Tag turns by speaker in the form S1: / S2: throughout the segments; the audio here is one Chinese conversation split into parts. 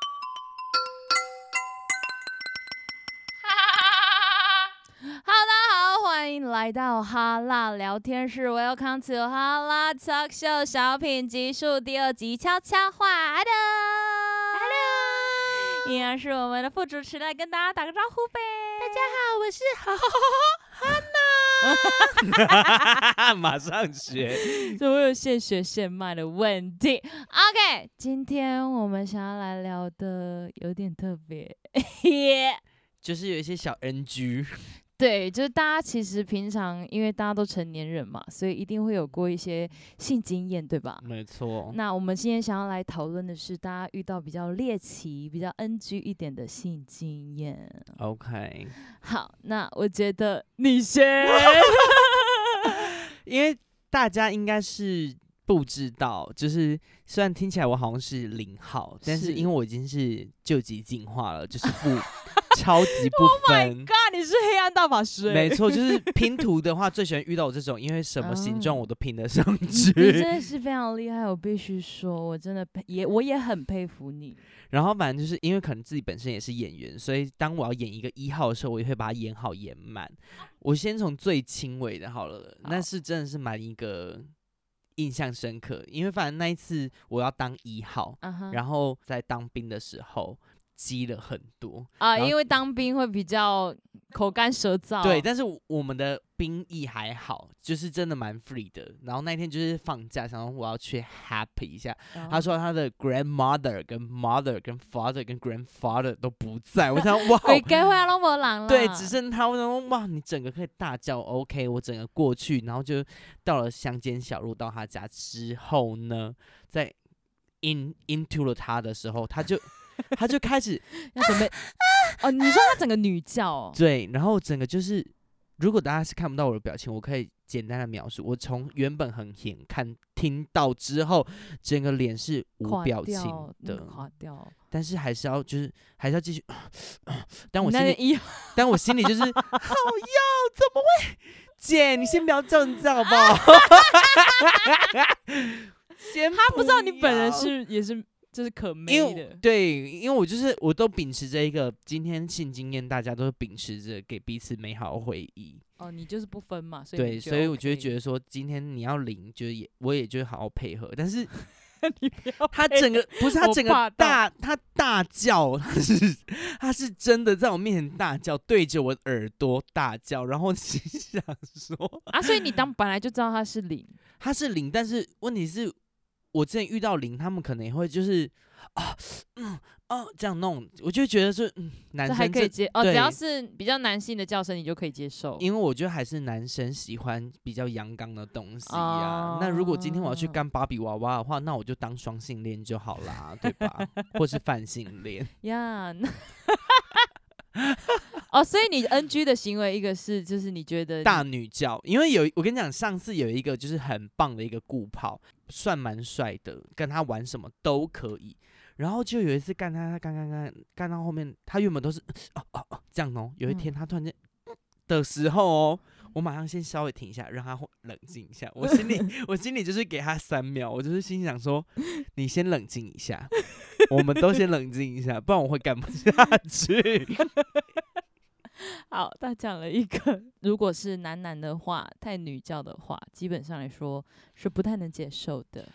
S1: 欢迎来到哈拉聊天室，Welcome to 哈拉 Talk Show 小品集数第二集悄悄话的。Hello，依然是我们的副主持来跟大家打个招呼呗。
S2: 大家好，我是哈
S3: 马上学。
S1: 所以我有现学现卖的问题。OK，今天我们想要来聊的有点特别，
S3: 就是有一些小 NG，
S1: 对，就是大家其实平常因为大家都成年人嘛，所以一定会有过一些性经验，对吧？
S3: 没错。
S1: 那我们今天想要来讨论的是，大家遇到比较猎奇、比较 NG 一点的性经验。
S3: OK，
S1: 好，那我觉得你 先。
S3: 因为大家应该是不知道，就是虽然听起来我好像是零号，但
S1: 是
S3: 是因为我已经是救急进化了，就是 不超级不分。
S1: God，你是黑暗大法师、欸
S3: 没 错，就是拼图的话，最喜欢遇到我这种，因为什么形状
S1: 啊
S3: 我都拼得上
S1: 你真
S3: 去。
S1: 的是非常厉害，我必须说，我真的佩也我也很佩服你。
S3: 然后反正就是因为可能自己本身也是演员，所以当我要演一个一号的时候，我也会把它演好演满。 我先从最轻微的好了，
S1: 啊好
S3: 那是真的是蛮一个印象深刻，因为反正那一次我要当一号，
S1: 啊哈，
S3: 然后在当兵的时候积了很多，
S1: 啊，
S3: 然后
S1: 因为当兵会比较口干舌燥。
S3: 对，但是我我们的兵役还好，就是真的蛮 free 的。然后那天就是放假，想说我要去 happy 一下，
S1: 然后
S3: 他说他的 grandmother、跟 mother、跟 father、跟 grandfather 都不在，我想哇，
S1: 回家会拢无人了。
S3: 对，只剩他，我想说哇，你整个可以大叫 OK，我整个过去，然后就到了乡间小路，到他家之后呢，在 in into 了他的时候，他就他就开始
S1: 要准 备。哦，你说他整个女教、哦，
S3: 对，然后整个就是，如果大家是看不到我的表情，我可以简单的描述，我从原本很显看听到之后，整个脸是无
S1: 垮
S3: 表
S1: 掉
S3: 情
S1: 那个
S3: 的，
S1: 垮掉。
S3: 但是还是要就是还是要继续，但我
S1: 你
S3: 心
S1: 那
S3: 里
S1: 个 一
S3: 但我心里就是，好哟，怎么会？姐，你先不要叫，你知道好 不好？先
S1: 他不知道你本人
S3: 要
S1: 是也是就是可妹
S3: 因为
S1: 的，
S3: 对，因为我就是我都秉持着一个今天性经验，大家都是秉持着给彼此美好的回忆。
S1: 哦，你就是不分嘛，所以
S3: 对，所以我就会
S1: 得
S3: 觉得说，今天你要领，就是也我也就是好好配合。但是
S1: 你不要
S3: 他
S1: 配
S3: 整个不是他
S1: 哎我
S3: 整
S1: 怕
S3: 个
S1: 到
S3: 大，他大叫，他是他是真的在我面前大叫，对着我的耳朵大叫，然后 我心想说。
S1: 啊，所以你 当本来就知道他是零，
S3: 他是零，但是问题是，我之前遇到零，他们可能也会就是啊，嗯，哦、这样弄，我就觉得是，嗯，男
S1: 这
S3: 生
S1: 还可以接哦，
S3: 对
S1: 只要是比较男性的叫声你就可以接受。
S3: 因为我觉得还是男生喜欢比较阳刚的东西啊。那如果今天我要去
S1: 哦
S3: 干芭比娃娃的话，那我就当双性恋就好啦，对吧？或是泛性恋。
S1: 呀， 那哦，所以你 NG 的行为一个是就是你觉得你
S3: 大女教，因为有我跟你讲，上次有一个就是很棒的一个顾炮，算蛮帅的，跟他玩什么都可以。然后就有一次干他，他干干干干到后面，他原本都是哦哦哦这样哦。有一天他突然间、的时候哦，我马上先稍微停一下，让他冷静一下。我心里我心里就是给他三秒，我就是心想说，你先冷静一下，我们都先冷静一下，不然我会干不下去。
S1: 好，他讲了一个， 如果是男男的话，太女教的话，基本上来说是不太能接受的。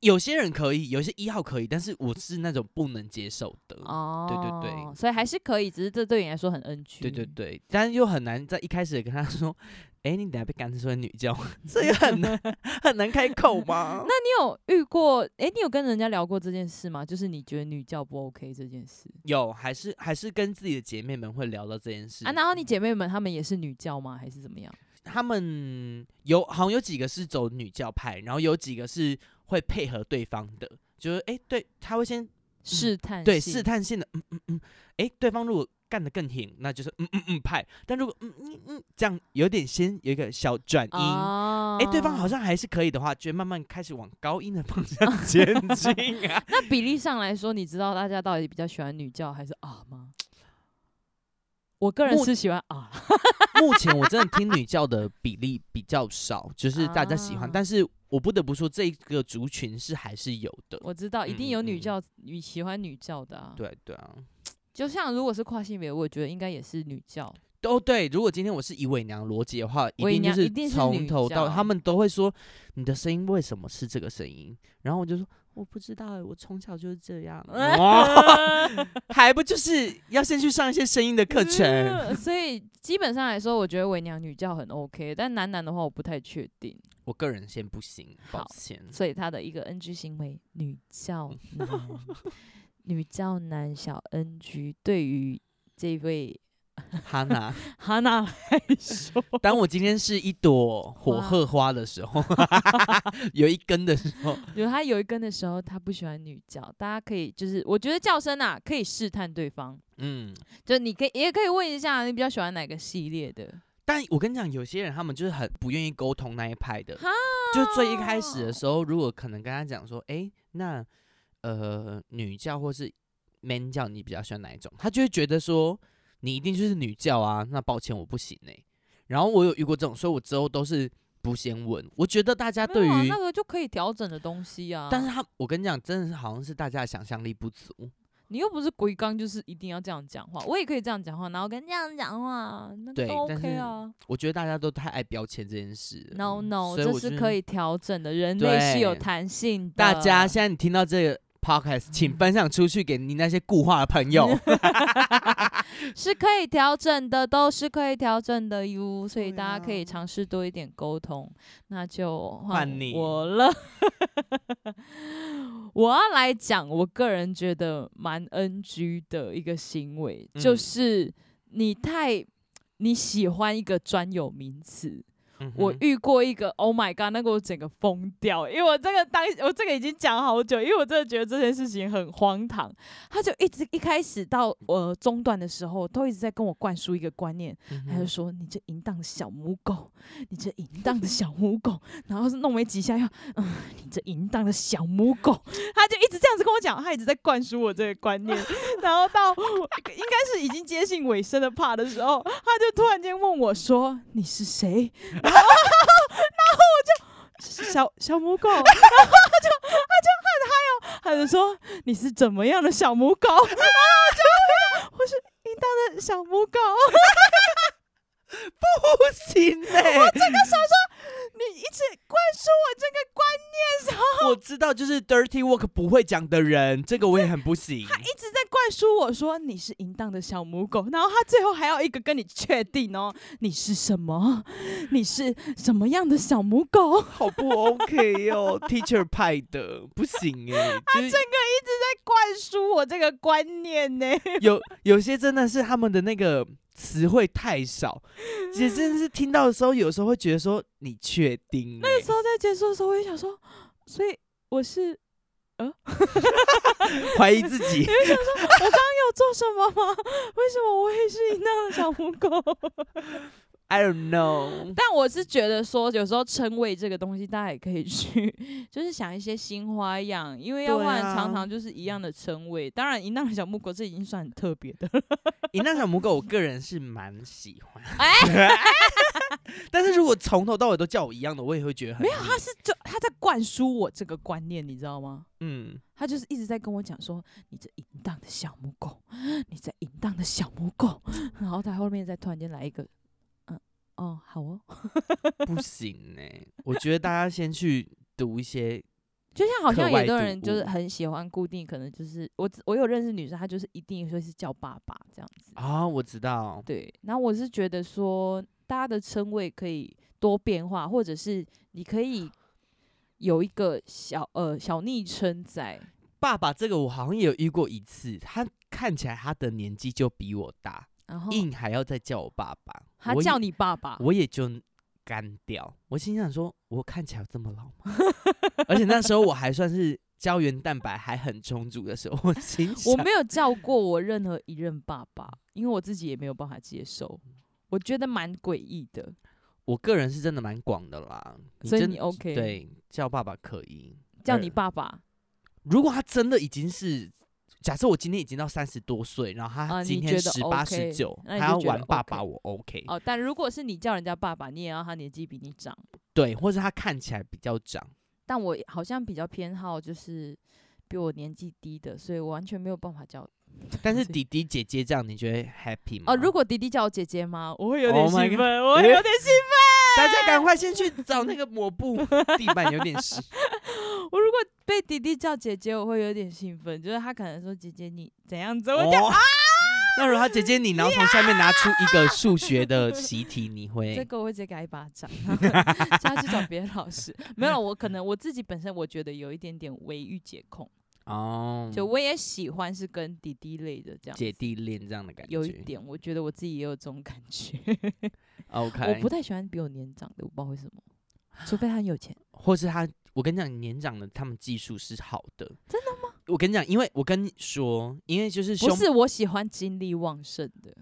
S3: 有些人可以，有些一号可以，但是我是那种不能接受的。
S1: 哦，
S3: 呃对对
S1: 所以还是可以，只是这对你来说很 NG。
S3: 对对对，但又很难在一开始跟他说， 哎、你等下被干成女 教，这也很难很难开口
S1: 那
S3: 吧？
S1: 你有遇过？诶，你有跟人家聊过这件事吗？就是你觉得女教不 OK 这件事
S3: 有还是还是跟自己的姐妹们会聊到这件事
S1: 啊？然后你姐妹们她们也是女教吗？还是怎么样？
S3: 他们有好像有几个是走女教派，然后有几个是会配合对方的，就是哎、诶对，他会先
S1: 试探
S3: 对
S1: 性
S3: 试探性的，嗯嗯嗯，哎、对方如果干得更挺，那就是嗯嗯嗯派，但如果嗯嗯嗯这样有点先有一个小转音。
S1: 哦，
S3: 哎、对方好像还是可以的话，就会慢慢开始往高音的方向前进 啊。
S1: 那比例上来说，你知道大家到底比较喜欢女教还是啊吗？我个人
S3: 目
S1: 是喜欢啊，
S3: 目前我真的听女教的比例比较少，就是大家喜欢，
S1: 啊
S3: 但是我不得不说，这个族群是还是有的。
S1: 我知道一定有
S3: 嗯嗯
S1: 女
S3: 嗯
S1: 教女喜欢女教的啊。
S3: 对对啊，
S1: 就像如果是跨性别，我觉得应该也是女教。
S3: 都哦对。如果今天我是以伪娘逻辑的话，一
S1: 伪
S3: 定就
S1: 娘一定
S3: 是
S1: 是
S3: 从
S1: 女
S3: 头到尾，
S1: 教
S3: 他们都会说你的声音为什么是这个声音？然后我就说我不知道、欸，我从小就是这样。哇，还不就是要先去上一些声音的哦课程？
S1: 嗯所以基本上来说，我觉得伪娘女教很 OK，但男男的话我不太确定。
S3: 我个人先不行，抱
S1: 好
S3: 歉。
S1: 所以他的一个 NG 行为，女教男，女教男小 NG，对于这位
S3: 哈娜，
S1: 哈娜来说，
S3: 当我今天是一朵火
S1: 花
S3: 鹤花的时候， 有一根的时候，
S1: 有他有一根的时候，他不喜欢女教，大家可以就是，我觉得叫声啊可以试探对方，
S3: 嗯，
S1: 就你可以也可以问一下你比较喜欢哪个系列的，
S3: 但我跟你讲，有些人他们就是很不愿意沟通那一派的，就最一开始的时候，如果可能跟他讲说，诶，那呃女教或是 man 教，你比较喜欢哪一种？他就会觉得说你一定就是女教啊，那抱歉我不行哎、然后我有遇过这种，所以我之后都是不先问。我觉得大家
S1: 没
S3: 对
S1: 有啊
S3: 于，
S1: 那个就可以调整的东西啊。
S3: 但是他我跟你讲，真的是好像是大家的想象力不足。
S1: 你又不是鬼刚，就是一定要这样讲话，我也可以这样讲话，然后跟这样讲话，那
S3: 对
S1: 个都
S3: 但
S1: OK
S3: 是
S1: 啊。
S3: 我觉得大家都太爱标签这件事了
S1: No no，
S3: 所以
S1: 这
S3: 我就是
S1: 可以。调整的，人类是有
S3: 对
S1: 弹性的。
S3: 大家现在你听到这个 podcast，请分享出去给你那些固化的朋友。
S1: 是可以调整的，都是可以调整的哟，所以
S3: 对
S1: 大家可以
S3: 啊
S1: 尝试多一点沟通。那就
S3: 换你
S1: 我了， 我要来讲我个人觉得蛮 NG 的一个行为，就
S3: 嗯
S1: 是你太你喜欢一个专有名词，
S3: 嗯
S1: 我
S3: 哼
S1: 遇过一个，Oh my god，那个我整个疯掉，因为我这个当我这个已经讲好久，因为我真的觉得这件事情很荒唐。他就一直一开始到呃中段的时候，都一直在跟我灌输一个观念，
S3: 嗯
S1: 他就
S3: 哼
S1: 说你这淫荡的小母狗，你这淫荡的小母狗，然后是弄没几下又，嗯，你这淫荡的小母狗，他就一直这样子跟我讲，他一直在灌输我这个观念，然后到我应该是已经接近尾声的 part 的时候，他就突然间问我说你是谁， 然后然后我就小小母狗，然后他就他就很嗨哦，他就说你是怎么样的小母狗，然后我就我是淫荡的小母狗。
S3: 不行欸
S1: 你
S3: 嘞、
S1: 一直灌输我这个观念，然后
S3: 我知道就是 dirty work 不会讲的人，这个我也很不行。
S1: 一直在灌输我说你是淫荡的小母狗，然后他最后还要一个跟你确定哦，你是什么，你是什么样的小母狗，一
S3: 好不 OK 哦 ，teacher 派的不行哎、就
S1: 直
S3: 是
S1: 在灌输我这个观念呢。
S3: 有有些真的是他们的那个词汇太少，也真的是听到的时候，有时候会觉得说你确定、欸？
S1: 那时候在结束的时候，我也想说，所以我是
S3: 怀疑自己。
S1: 要做什么吗？为什么我也是淫荡的小母狗？
S3: I don't know。
S1: 但我是觉得说，有时候称谓这个东西，大家也可以去， 就是想一些新花样，因为要不
S3: 对
S1: 然
S3: 啊
S1: 常常就是一样的称谓。当然，淫荡的小母狗这已经算很特别的了。
S3: 你那小母狗，我个人是蛮喜欢。
S1: 哎
S3: 但是如果从头到尾都叫我一样的，我也会觉得很
S1: 没有，
S3: 腻
S1: 他是就 他在灌输我这个观念，你知道吗？
S3: 嗯，
S1: 他就是一直在跟我讲说，你这淫荡的小母狗，你这淫荡的小母狗， 然后他后面再突然间来一个，嗯，哦，好哦，
S3: 不行呢、欸我觉得大家先去读一些，
S1: 就像好
S3: 课
S1: 像
S3: 外
S1: 有的
S3: 读
S1: 人就是
S3: 物
S1: 很喜欢固定，可能就是我我有认识女生，她就是一定会是叫爸爸这样子。
S3: 啊、我知道，
S1: 对，然后我是觉得说，大家的称谓可以多变化，或者是你可以有一个小呃小昵称在。
S3: 爸爸这个我好像也有遇过一次，他看起来他的年纪就比我大，
S1: 然后
S3: 硬还要再叫我爸爸，
S1: 他
S3: 我也
S1: 叫你爸爸，
S3: 我也就干掉。我心想说，我看起来有这么老吗？ 而且那时候我还算是胶原蛋白还很充足的时候，我心想
S1: 我没有叫过我任何一任爸爸，因为我自己也没有办法接受，我觉得蛮诡异的。
S3: 我个人是真的蛮广的啦，
S1: 所以
S3: 真
S1: 你 OK
S3: 对叫爸爸可以
S1: 叫
S3: 呃
S1: 你爸爸
S3: 如果他真的已经是，假设我今天已经到三十多岁，然后
S1: 啊
S3: 他
S1: 你
S3: 今
S1: 觉
S3: 天
S1: 得
S3: 十八、
S1: OK，
S3: 十九，
S1: 那
S3: 他
S1: 你
S3: 要
S1: 就觉得
S3: 玩爸
S1: OK
S3: 爸，我 OK。
S1: 哦，但如果是你叫人家爸爸，你也要他年纪比你长。
S3: 对，或者他看起来比较长，
S1: 但我好像比较偏好就是比我年纪低的，所以我完全没有办法叫
S3: 但是弟弟姐姐这样，你觉得 happy 吗？
S1: 哦，如果迪迪叫我姐姐吗？我会有
S3: 嗯 Oh
S1: 点
S3: my
S1: 兴
S3: God
S1: 奋，我会有点兴
S3: 大家赶快先去找那个抹布，地板有点湿。
S1: 奋。我如果被迪迪叫姐姐，我会有点兴奋，就是他可能说姐姐你怎样子， 我就、啊
S3: 哦，那如果他姐姐你，然后从下面拿出一个数学的习题，你
S1: 这
S3: 会
S1: 个我会直接给他一巴掌， 叫他去找别的老师。没有，我可能我自己本身我觉得有一点点微欲解控，
S3: 哦，
S1: 就我也喜欢是跟弟弟类的这样。
S3: 姐弟恋这样的感觉，
S1: 有一点，我觉得我自己也有这种感 觉。我
S3: OK，
S1: 不太喜欢比我年长的，我不知道为什么，除非他很有钱。
S3: 或是他，我跟你讲，年长的他们技术是好的，真的吗？我跟你讲，因为我跟你说，因为就是
S1: 不
S3: 胸，
S1: 是我喜欢精力旺盛的，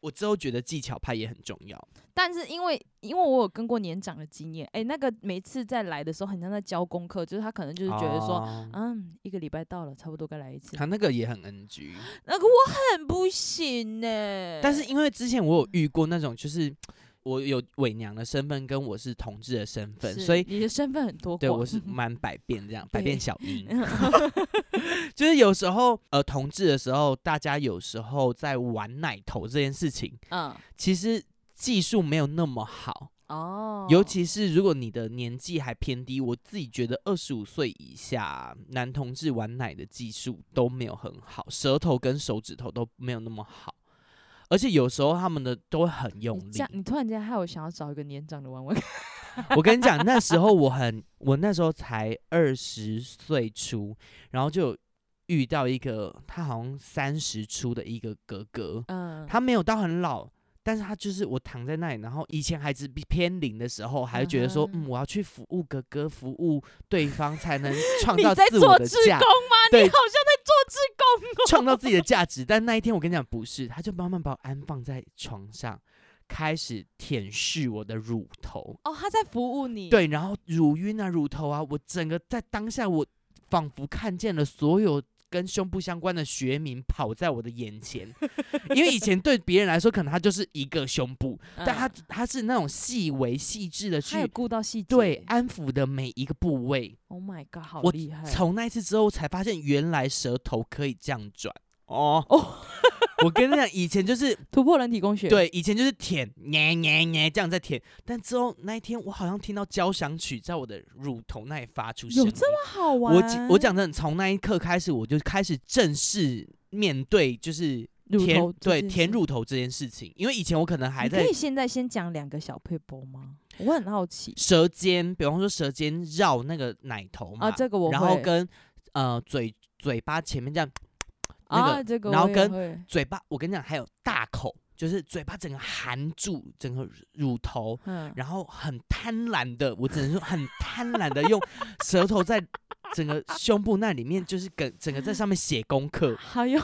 S3: 我之后觉得技巧派也很重要。
S1: 但是因为因为我有跟过年长的经验，哎、那个每次在来的时候，很像在教功课，就是他可能就是觉得说，
S3: 哦
S1: 嗯，一个礼拜到了，差不多该来一次。
S3: 他那个也很 NG，
S1: 那个我很不行呢、
S3: 但是因为之前我有遇过那种，就是我有伪娘的身份，跟我是同志的身份，
S1: 是
S3: 所以
S1: 你的身份很多
S3: 对
S1: 广
S3: 我是蛮百变这样，百
S1: 对
S3: 变小樱。就是有时候呃，同志的时候，大家有时候在玩奶头这件事情，
S1: 嗯
S3: 其实技术没有那么好，
S1: 哦，
S3: 尤其是如果你的年纪还偏低，我自己觉得二十五岁以下男同志玩奶的技术都没有很好，舌头跟手指头都没有那么好，而且有时候他们的都会很用
S1: 你
S3: 力
S1: 这。样，你突然间害我想要找一个年长的玩玩看。
S3: 我跟你讲，那时候我很，我那时候才二十岁出，然后就有遇到一个他好像三十出的一个哥哥，
S1: 嗯，
S3: 他没有到很老，但是他就是我躺在那里，然后以前还是比偏零的时候，还会觉得说，
S1: 啊
S3: 嗯，我要去服务哥哥，服务对方才 能创
S1: 你
S3: 造
S1: 在
S3: 自我
S1: 做
S3: 的
S1: 志
S3: 价
S1: 工，吗？你
S3: 对
S1: 好像在做志工哦。
S3: 创造自 己的价值。但那一天我跟你讲不是，他就慢慢把我安放在床上，开始舔舐我的乳头，
S1: 哦，他在服务你。，
S3: 对，然后乳晕啊、乳头啊，我整个在当下，我仿佛看见了所有跟胸部相关的学名跑在我的眼前，因为以前对别人来说，可能它就是一个胸部，但它它是那种细微细致的
S1: 嗯他有
S3: 去
S1: 顾到细节。
S3: 对安抚的每一个部位。
S1: ，Oh my god，好
S3: 我
S1: 厉害。
S3: 从那一次之后，才发现原来舌头可以这样转哦。
S1: 哦
S3: 我跟你讲，以 前就是
S1: 突破人体工学。，
S3: 对，以前就是舔，捏捏捏这样在舔，但之后那一天，我好像听到交响曲在我的乳头那里发出声
S1: 有
S3: 音。
S1: 这么好玩？
S3: 我讲我讲真的，从那一刻开始，我就开始正式面对，就是
S1: 乳
S3: 舔
S1: 头这
S3: 对
S1: 件
S3: 舔
S1: 事，
S3: 乳头这件事情。因为以前我可能还
S1: 你
S3: 在
S1: 可以现在先讲两个小配波吗？我很好奇。
S3: 舌尖，比方说舌尖绕那哦个奶头嘛，
S1: 啊，这个我
S3: 然后
S1: 会
S3: 跟呃嘴嘴巴前面这样，那个
S1: 啊，这个
S3: 然后
S1: 我也
S3: 跟
S1: 会
S3: 嘴巴我跟你讲，还有大口，就是嘴巴整个含住整个乳头，
S1: 嗯，
S3: 然后很贪婪的，我只能说很贪婪的用舌头在整个胸部那里面，就是整整个在上面写功课。
S1: 还有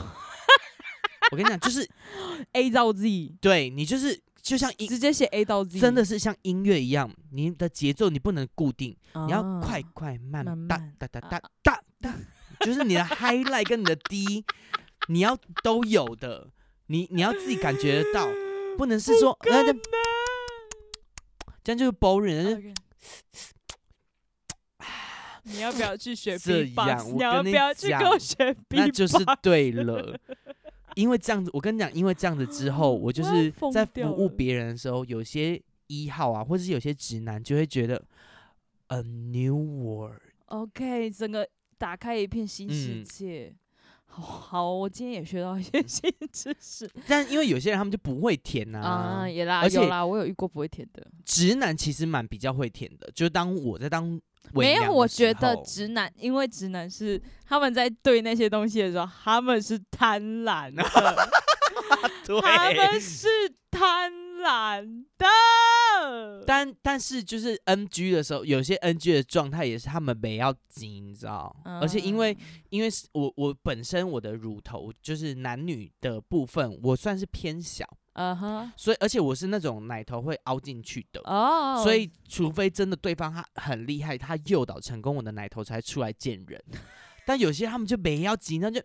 S3: 我跟你讲，就是
S1: A 到 Z，
S3: 对你就是就像音，
S1: 直接写 A 到 Z，
S3: 真的是像音乐一样，你的节奏你不能固定，你要
S1: 啊
S3: 快快慢
S1: 慢
S3: 哒
S1: 慢
S3: 哒哒
S1: 啊
S3: 哒哒哒，就是你的 highlight 跟你的低，你要都有的，你你要自己感觉得到，不能是说那这这样就是 boring，就是
S1: OK 你要不要去 学
S3: 这
S1: B-box？
S3: 样我
S1: 你要
S3: 跟
S1: 不
S3: 你
S1: 要去
S3: 讲
S1: 跟我学 B？
S3: 那就是对了。因为这样子，我跟你讲，因为这样子之后，我就
S1: 我要
S3: 是
S1: 疯
S3: 在服
S1: 掉
S3: 务
S1: 了
S3: 别人的时候，有些一号啊，或者是有些直男就会觉得 a new world。
S1: OK，整个打开一片新世
S3: 嗯
S1: 界。好好，我今天也学到一些 新知识
S3: 但因为有些人他们就不会舔啊，
S1: 啊，也啦，
S3: 而
S1: 有
S3: 且
S1: 啦，我有遇过不会舔的，
S3: 直男其实蛮比较会舔的。就当我在当伪
S1: 没
S3: 娘
S1: 有，
S3: 的
S1: 我
S3: 时
S1: 觉得
S3: 候
S1: 直男，因为直男是他们在对那些东西的时候，他们是贪婪的，他
S3: 对，
S1: 们是贪婪的。
S3: 但但是就是 NG 的时候，有些 NG 的状态也是他们没要紧，你知道？而且因为
S1: 啊
S3: 因为是我我本身我的乳头就是男女的部分，我算是偏小，
S1: 嗯哼，
S3: 所以而且我是那种奶头会凹进去的，
S1: 哦，
S3: 所以除非真的对方他很厉害，他诱导成功，我的奶头才出来见人。但有些他们就没要紧，那就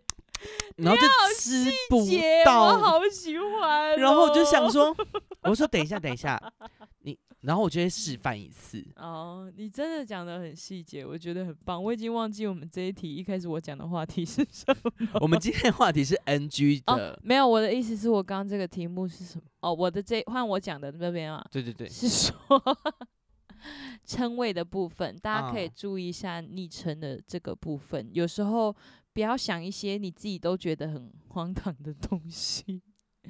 S3: 然后就吃不
S1: 姐，我
S3: 到，
S1: 好喜欢哦、
S3: 然后我就想说，我说等一下等一下，你，然后我就会示范一次。
S1: 哦，你真的讲的很细节，我觉得很棒。我已经忘记我们这一题一开始我讲的话题是什么。
S3: 我们今天的话题是 NG 的，
S1: 没有，我的意思是我刚刚这个题目是什么？哦，我的这换我讲的这边啊，
S3: 对对对，
S1: 是说称谓的部分，大家可以
S3: 啊
S1: 注意一下昵称的这个部分。有时候不要想一些你自己都觉得很荒唐的东西。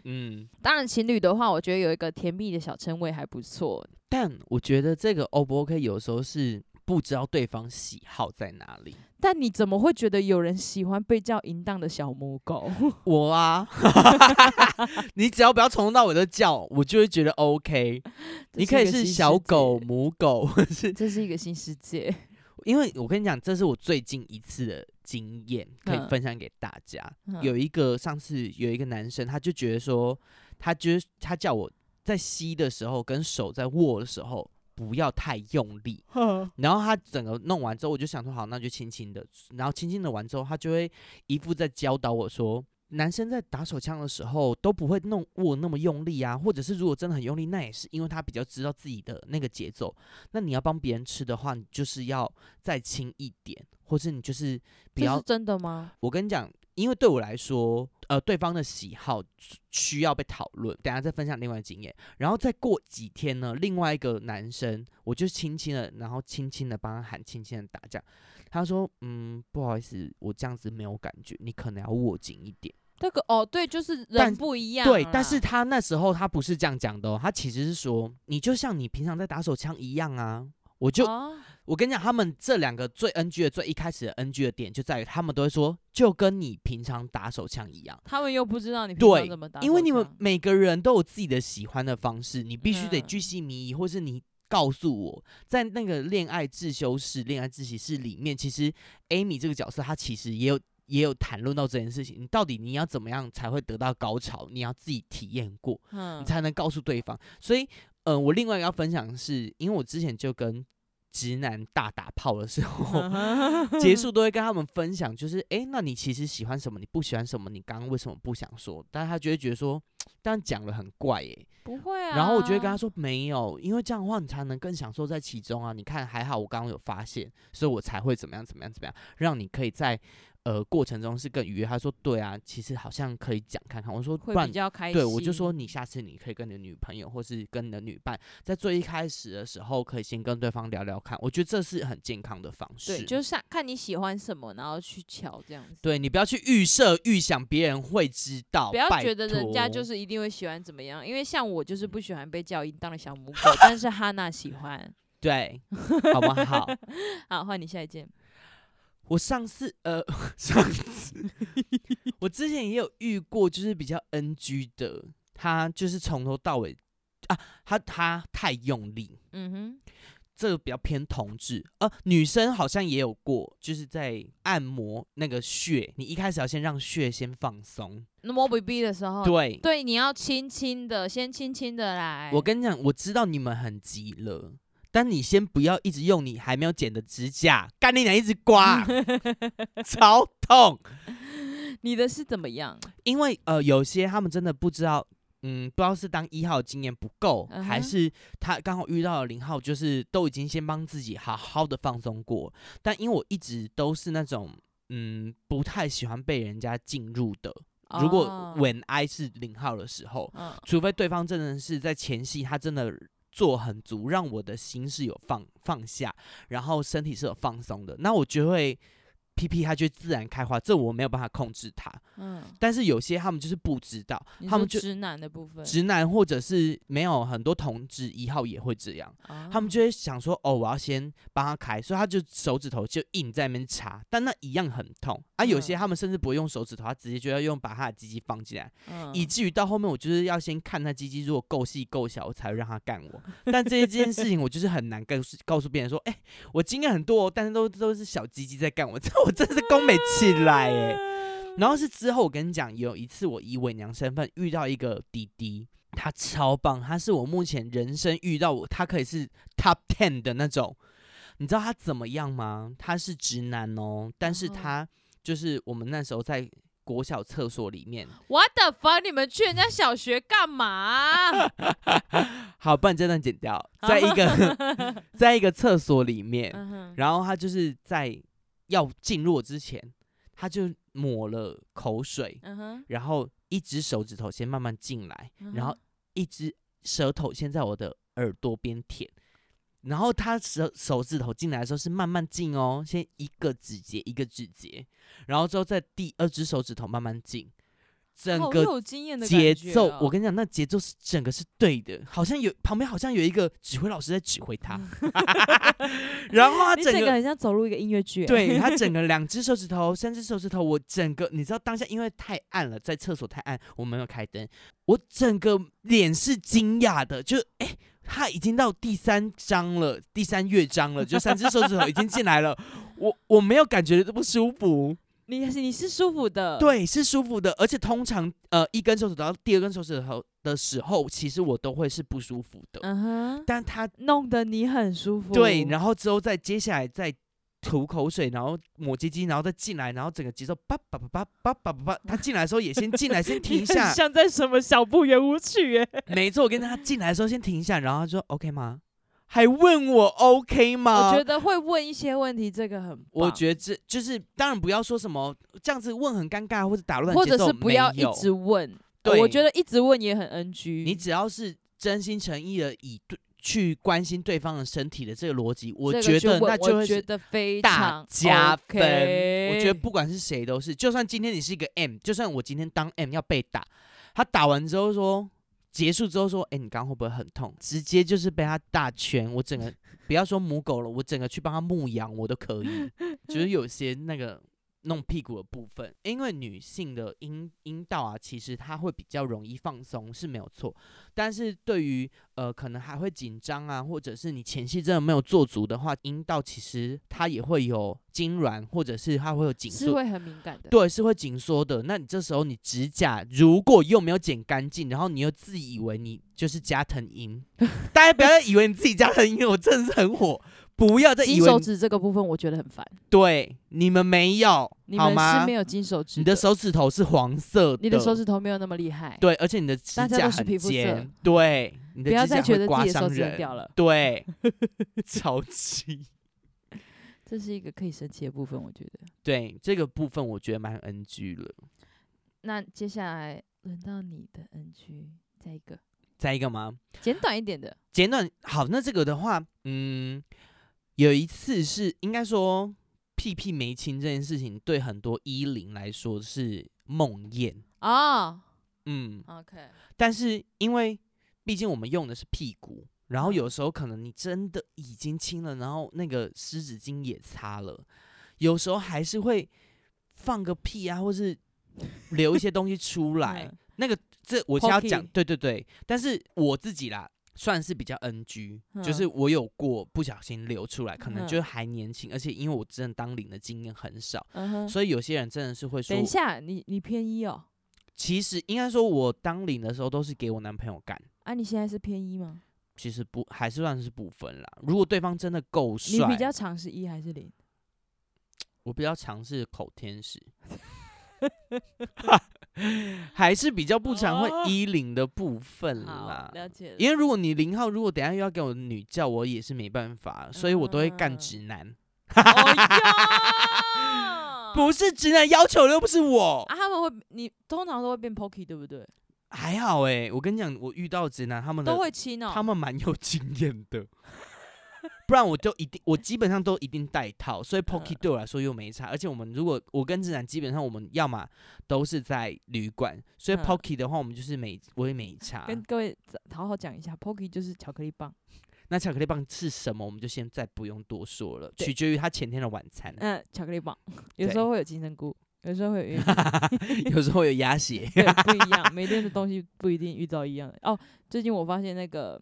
S3: 嗯，
S1: 当然，情侣的话，我觉得有一个甜蜜的小称谓还不错。
S3: 但我觉得这个 O 不 OK 有时候是不知道对方喜好在哪里。
S1: 但你怎么会觉得有人喜欢被叫淫荡的小母狗？
S3: 我啊， 你只要不要从头到尾都叫，我就会觉得 OK。你可以是小狗、母狗，或是
S1: 这是一个新世界，这是一个新世界。
S3: 因为我跟你讲，这是我最近一次的经验，可以
S1: 嗯
S3: 分享给大家。
S1: 嗯
S3: 有一个上次有一个男生，他就觉得说，他觉得他叫我在吸的时候跟手在握的时候不要太用力。然后他整个弄完之后，我就想说好，那就轻轻的。然后轻轻的完之后，他就会一副在教导我说，男生在打手枪的时候都不会弄握那么用力啊，或者是如果真的很用力，那也是因为他比较知道自己的那个节奏。那你要帮别人吃的话，你就是要再轻一点，或是你就是不
S1: 这
S3: 要
S1: 是真的吗？
S3: 我跟你讲，因为对我来说，呃，对方的喜好需需要被讨论。等一下再分享另外的经验。然后再过几天呢，另外一个男生，我就轻轻的，然后轻轻的帮他喊，轻轻的打架。他说：“嗯，不好意思，我这样子没有感觉，你可能要握紧一点。
S1: 这个哦，对，就是人
S3: 但
S1: 不一样啦。啊
S3: 对，但是他那时候他不是这样讲的哦，他其实是说，你就像你平常在打手枪一样啊。我就、
S1: 哦
S3: 我跟你讲，他们这两个最 NG 的最一开始的 NG 的点就在于，他们都会说，就跟你平常打手枪一样。
S1: 他们又不知道你平常
S3: 对
S1: 怎么打手枪，
S3: 因为你们每个人都有自己的喜欢的方式，你必须得
S1: 嗯
S3: 居心迷疑，或是你告诉我，在那个恋爱自修室、恋爱自习室里面，其实 Amy 这个角色她其实也有也有谈论到这件事情，你到底你要怎么样才会得到高潮，你要自己体验过，
S1: 嗯
S3: 你才能告诉对方。所以，呃，我另外一个要分享的是，因为我之前就跟直男大打炮的时候，
S1: 嗯
S3: 结束都会跟他们分享，就是诶，那你其实喜欢什么？你不喜欢什么？你刚刚为什么不想说？但是他就会觉得说，这样讲了很怪耶、
S1: 不会啊。
S3: 然后我就会跟他说没有，因为这样的话你才能更享受在其中啊。你看还好我刚刚有发现，所以我才会怎么样怎么样怎么样，让你可以在呃过程中是更愉悦。他说对啊，其实好像可以讲看看。我说不
S1: 会
S3: 然
S1: 比较开心。
S3: 对，我就说你下次你可以跟你的女朋友或是跟你的女伴，在最一开始的时候，可以先跟对方聊聊看，我觉得这是很健康的方式。
S1: 对，就是看看你喜欢什么，然后去瞧这样子。
S3: 对你不要去预设、预想别人会知道，
S1: 不要
S3: 拜
S1: 觉得人家
S3: 托
S1: 就是一定会喜欢怎么样，因为像我就是不喜欢被叫淫荡的小母 狗，但是哈娜喜欢。
S3: 对，好不好？
S1: 好，换你下一件。
S3: 我上次呃，上次我之前也有遇过，就是比较 NG 的，他就是从头到尾啊，他他太用力，
S1: 嗯哼，
S3: 这个比较偏同志，呃，女生好像也有过，就是在按摩那个穴，你一开始要先让穴先放松。
S1: 那摸 BB 的时候，
S3: 对，
S1: 哦对，你要轻轻的，先轻轻的来。
S3: 我跟你讲，我知道你们很急了，但你先不要一直用你还没有剪的指甲，干你娘一直 刮，
S1: 啊
S3: 超痛。
S1: 你的是怎么样？
S3: 因为呃，有些他们真的不知道，嗯，不知道是当一号的经验不够还
S1: 嗯哼
S3: 是他刚好遇到了零号，就是都已经先帮自己好好的放松过。但因为我一直都是那种，嗯，不太喜欢被人家进入的。如
S1: 哦
S3: 果 when I 是零号的时候，
S1: 嗯
S3: 除非对方真的是在前戏，他真的做很足，让我的心是有放放下，然后身体是有放松的，那我就会。屁屁，它就自然开花，这我没有办法控制它。
S1: 嗯，
S3: 但是有些他们就是不知道，
S1: 你
S3: 嗯他
S1: 说
S3: 们就
S1: 直男的部分，
S3: 直男或者是没有很多同志一号也会这样，他们就
S1: 哦
S3: 会想说哦，我要先帮他开，所以他就手指头就硬在那边插，但那一样很痛啊。有些
S1: 嗯
S3: 他们甚至不会用手指头，他直接就要用把他的鸡鸡放进来，
S1: 嗯
S3: 以至于到后面我就是要先看他鸡鸡如果够细够小，我才会让他干我。但这些这件事情我就是很难告诉告诉别人说，哎、我经验很多、哦，但是都都是小鸡鸡在干我， 这我真的是攻美起来哎、然后是之后我跟你讲，有一次我以伪娘身份遇到一个弟弟，他超棒，他是我目前人生遇到我，他可以是 top ten 的那种。你知道他怎么样吗？他是直男哦，但是
S1: 然后
S3: 他就是我们那时候在国小厕所里面，
S1: What the fuck？你们去人家小学干 嘛？
S3: 好，不然这段剪 掉，在一个 在一个厕所里面，
S1: 哦嗯哼
S3: 然后他就是在要进入之前，他就抹了口水，
S1: 嗯哼，
S3: 然后一只手指头先慢慢进来，
S1: 嗯
S3: 然后
S1: 哼
S3: 一只舌头先在我的耳朵边舔，然后他手手指头进来的时候是慢慢进哦，先一个指节一个指节，然后之后再第二只手指头慢慢进，整
S1: 好
S3: 个
S1: 有经验的感
S3: 节
S1: 觉
S3: 奏，
S1: 哦
S3: 我跟你讲，那节奏是整个是对的，好像有旁边好像有一个指挥老师在指挥他， 然后他
S1: 嗯你
S3: 整
S1: 整
S3: 个
S1: 个很像走入一个音乐剧欸，
S3: 对他 整个两只手指头、三只手指头，我整个你知道当下因为太暗了，在厕所太暗，我没有开灯，我整个脸是惊讶的，就哎、他已经到第三章了，第三乐章了，就三只手指头已经进来了，我我没有感觉不舒服，
S1: 你你是舒服的，，
S3: 对，是舒服的，而且通常呃一根手指头到第二根手指头的时候，其实我都会是不舒服的，
S1: 嗯哼，
S3: 但他
S1: 弄得你很舒服，
S3: 对，然后之后再接下来再吐口水，然后抹鸡鸡，然后再进来，然后整个节奏叭叭叭叭叭叭叭叭，他进来的时候也先进来，先停一
S1: 你很
S3: 下。
S1: 像在什么小部圆舞曲 哎，
S3: 没错，我跟他进来的时候先停一下，然后他说 OK 吗？还问我 OK 吗？
S1: 我觉得会问一些问题，这个很棒，
S3: 呃我觉得这就是当然不要说什么这样子问很尴尬或者打乱
S1: 或
S3: 节
S1: 者
S3: 奏，
S1: 是不
S3: 没
S1: 要一
S3: 有
S1: 直问，呃
S3: 对
S1: 我觉得一直问也很 NG，
S3: 你只要是真心诚意的以对去关心对方的身体的这个逻辑，我
S1: 这个
S3: 觉
S1: 就
S3: 得
S1: 问
S3: 那
S1: 我
S3: 就会
S1: 觉
S3: 是
S1: 得非
S3: 大
S1: 常
S3: 加分。
S1: OK
S3: 我觉得不管是谁都是，就算今天你是一个 M，就算我今天当 M 要被打，他打完之后说。结束之后说：“哎、你刚刚会不会很痛？”直接就是被他大圈，我整个不要说母狗了，我整个去帮他牧羊我都可以。
S1: 嗯
S3: 就是有些那个弄屁股的部分，因为女性的阴阴道啊，其实它会比较容易放松是没有错，但是对于呃可能还会紧张啊，或者是你前戏真的没有做足的话，阴道其实它也会有痉挛，或者是它会有紧
S1: 是
S3: 缩。
S1: 会很敏感的，
S3: 对，是会紧缩的。那你这时候你指甲如果又没有剪干净，然后你又自以为你就是加 藤鹰，大家不要再以为你自己加藤鹰，我真的是很火，不要再以
S1: 金
S3: 为
S1: 手
S3: 你
S1: 指这个部分我觉得很烦，
S3: 对你们没有，
S1: 你
S3: 好
S1: 们是
S3: 吗
S1: 没？有金手指，
S3: 你的。手指头是黄色的，
S1: 你的手指头没有那么厉害，
S3: 对，而且你的指
S1: 大家
S3: 甲
S1: 都是
S3: 很
S1: 皮肤色
S3: 尖，对，你的
S1: 不要
S3: 指甲
S1: 再觉
S3: 会
S1: 得自
S3: 刮
S1: 己的手
S3: 伤
S1: 指很
S3: 人，
S1: 掉了，
S3: 对，超 级。
S1: 这是一个可以生气的部分，我觉得。
S3: 对这个部分，我觉得蛮 NG 了。
S1: 那接下来轮到你的 NG，再一个
S3: 再一个吗？
S1: 简短一点的，
S3: 简短好，那这个的话，嗯，有一次是应该说屁屁没亲这件事情，对很多一零来说是梦魇，
S1: 哦
S3: 嗯，
S1: ，OK，
S3: 但是因为毕竟我们用的是屁股，然后
S1: 嗯
S3: 有时候可能你真的已经亲了，然后那个湿纸巾也擦了，有时候还是会放个屁啊，或是流一些东 西出来。
S1: 嗯
S3: 那个这我是要
S1: Pokey
S3: 讲，对对对，但是我自己啦。算是比较 NG，、就是
S1: 嗯
S3: 我有过不小心流出来，可能就
S1: 嗯
S3: 还年轻，而且因为我真的当领的经验很少，
S1: 嗯哼，
S3: 所以有些人真的是会说
S1: 等一，下，你你偏一哦，
S3: 其实应该说我当领的时候都是给我男朋友干，
S1: 啊，你现在是偏一吗？
S3: 其实不还是算是不分啦。如果对方真的够
S1: 你
S3: 帅，
S1: 比较长是一还是零？
S3: 我比较尝试口天使， 还是比较不常会
S1: 哦
S3: 衣领的部分啦。
S1: 了解了
S3: 因为如果你零号，如果等下又要给我女叫，我也是没办法，所以我都会干
S1: 嗯
S3: 直男，
S1: 哦哟
S3: 不是直男要求的又不是我，
S1: 啊，他们会，你通常都会变 pokey，对不对？
S3: 还好诶、我跟你讲，我遇到直男他们的
S1: 都会亲哦。
S3: 他们蛮有经验的， 不然我就一定，我基本上都一定带套，所以
S1: 呃
S3: Pocky 对我来说又没差。而且我们如果我跟直男基本上我们要么都是在旅馆，所以
S1: 嗯
S3: Pocky 的话我们就是没我也没差。
S1: 跟各位好好讲一下，pokey 就是巧克力棒。
S3: 那巧克力棒是什么，我们就现在不用多说了，
S1: 对
S3: 取决于他前天的晚 餐，
S1: 嗯、巧克力棒，有时候会有金针菇，有时候会 有 玉米
S3: 有时候有鸭血。
S1: 对，不一样，每天的东西不一定遇到一样的。哦，最近我发现那个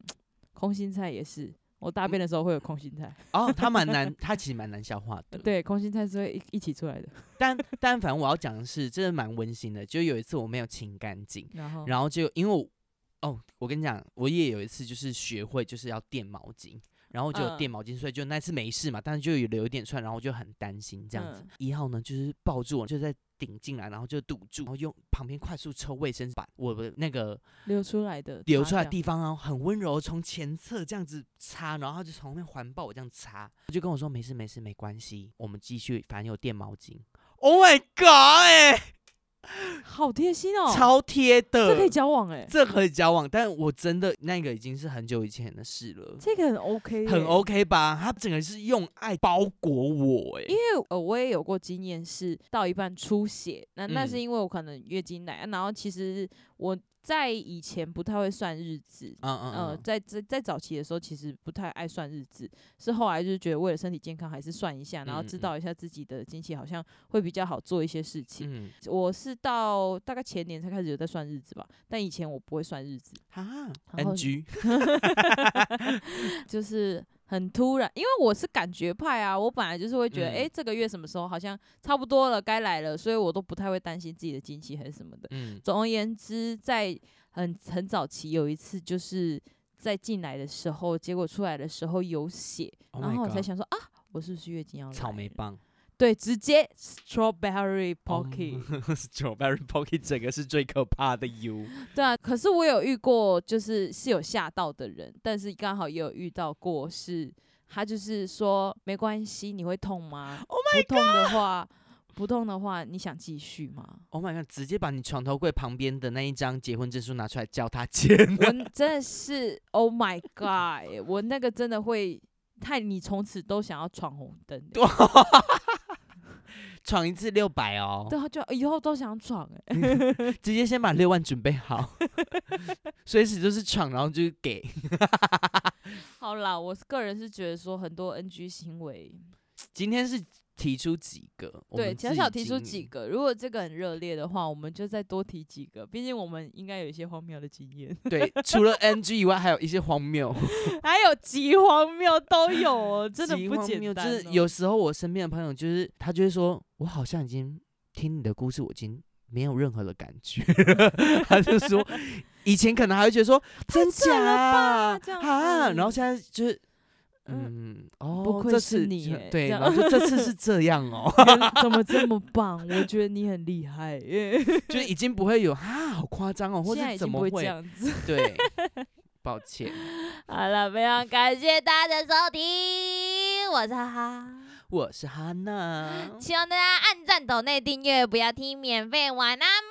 S1: 空心菜也是，我大便的时候会有空心菜，
S3: 哦，它蛮难， 它其实蛮难消化的。
S1: 对，空心菜是会一一起出来的。
S3: 但但反正我要讲的是，真的蛮温馨的。就有一次我没有清干净。
S1: 然后，
S3: 然后就因为我哦，我跟你讲，我也有一次就是学会就是要垫毛巾，然后我就有
S1: 嗯
S3: 垫毛巾，所以就
S1: 嗯
S3: 那次没事嘛，但是就有流一点出来，然后我就很担心这样子。一、号呢就是抱住我，就在顶进来，然后就堵住，然后用旁边快速抽卫生板，我的那个
S1: 流出来的
S3: 流
S1: 擦
S3: 出来
S1: 掉
S3: 的地方啊，很温柔，从前侧这样子擦，然后他就从后面环抱我这样擦，他就跟我说没事没事没关系，我们继续，反正有垫毛巾。Oh my god！哎、
S1: 好贴心哦，
S3: 超贴的，
S1: 这可以交往哎、
S3: 这可以交往，但我真的那个已经是很久以前的事了，
S1: 这个很 OK，、欸
S3: 很。OK 吧？他整个是用爱包裹我、欸，
S1: 因为呃，我也有过经验是到一半出血，那那是
S3: 嗯
S1: 因为我可能月经来，啊然后其实我在以前不太会算日子，
S3: 嗯嗯
S1: 呃，
S3: 嗯，
S1: 在在在早期的时候，其实不太爱算日子，是后来就是觉得为了身体健康，还是算一下，然后
S3: 嗯
S1: 知
S3: 嗯
S1: 道一下自己的经期好像会比较好做一些事情。
S3: 嗯，
S1: 我是到大概前年才开始有在算日子吧，但以前我不会算日子，
S3: 哈
S1: 然后
S3: ，NG，
S1: 就是很突然，因为我是感觉派啊，我本来就是会觉得，
S3: 嗯
S1: 诶，这个月什么时候好像差不多了，该来了，所以我都不太会担心自己的经期还是什么的。
S3: 嗯
S1: 总而言之，在很很早期有一次，就是在进来的时候，结果出来的时候有血
S3: Oh
S1: 然
S3: my
S1: 后我才
S3: God
S1: 想说啊，我是不是月经要来
S3: 草莓
S1: 了
S3: 棒
S1: 对，直接 strawberry
S3: Oh
S1: pocky，、
S3: ，Strawberry Pocky 整个是最可怕的 U，
S1: 对啊。可是我有遇过，就是是有吓到的人，但是刚好也有遇到过是，他就是说没关系，你会痛吗
S3: Oh
S1: 不痛的话，不痛的话，你想继续吗？
S3: Oh my god！直接把你床头柜旁边的那一张结婚证书拿出来叫他签。
S1: 我真的是 Oh my God！欸我那个真的会，太你从此都想要闯红灯欸，
S3: 闯一次六百哦，
S1: 对啊，就以后都想闯哎、
S3: 直接先把六万准备好，随时就是闯，然后就是给。
S1: 好啦，我是个人是觉得说很多 NG 行为，
S3: 今天是提出几个？我
S1: 对，
S3: 们
S1: 小
S3: 自
S1: 小
S3: 己
S1: 提出
S3: 经
S1: 几
S3: 历，
S1: 个， 如果这个很热烈的话，我们就再多提几个，毕竟我们应该有一些荒谬的经验，
S3: 对，除了 NG 以外，还有一些荒谬，
S1: 还有极荒谬都有哦， 真的
S3: 极
S1: 不
S3: 荒
S1: 简
S3: 谬
S1: 单、哦，
S3: 就是有时候我身边的朋友，就是他就会说，我好像已经听你的故事，我已经没有任何的感 觉。他就说，以前可能还会觉得说，真假
S1: 了
S3: 啊
S1: 这样
S3: 啊，然后
S1: 子
S3: 现在就是。嗯
S1: 嗯，
S3: 哦，
S1: 不愧
S3: 这
S1: 是
S3: 次
S1: 你
S3: 就
S1: 耶
S3: 对，
S1: 这样
S3: 然后就这次是这样 哦，
S1: 怎么这么棒？我觉得你很厉害耶，
S3: 就已经不会有啊，好夸张 哦，或
S1: 现在
S3: 者
S1: 已
S3: 怎
S1: 经不会
S3: 么
S1: 这样 子。
S3: 对，抱歉，
S2: 好了，非常感谢大家的收听，我是哈哈。
S3: 我是哈娜，
S2: 希望大家按赞、抖内、订阅，不要听免费晚安梦。啊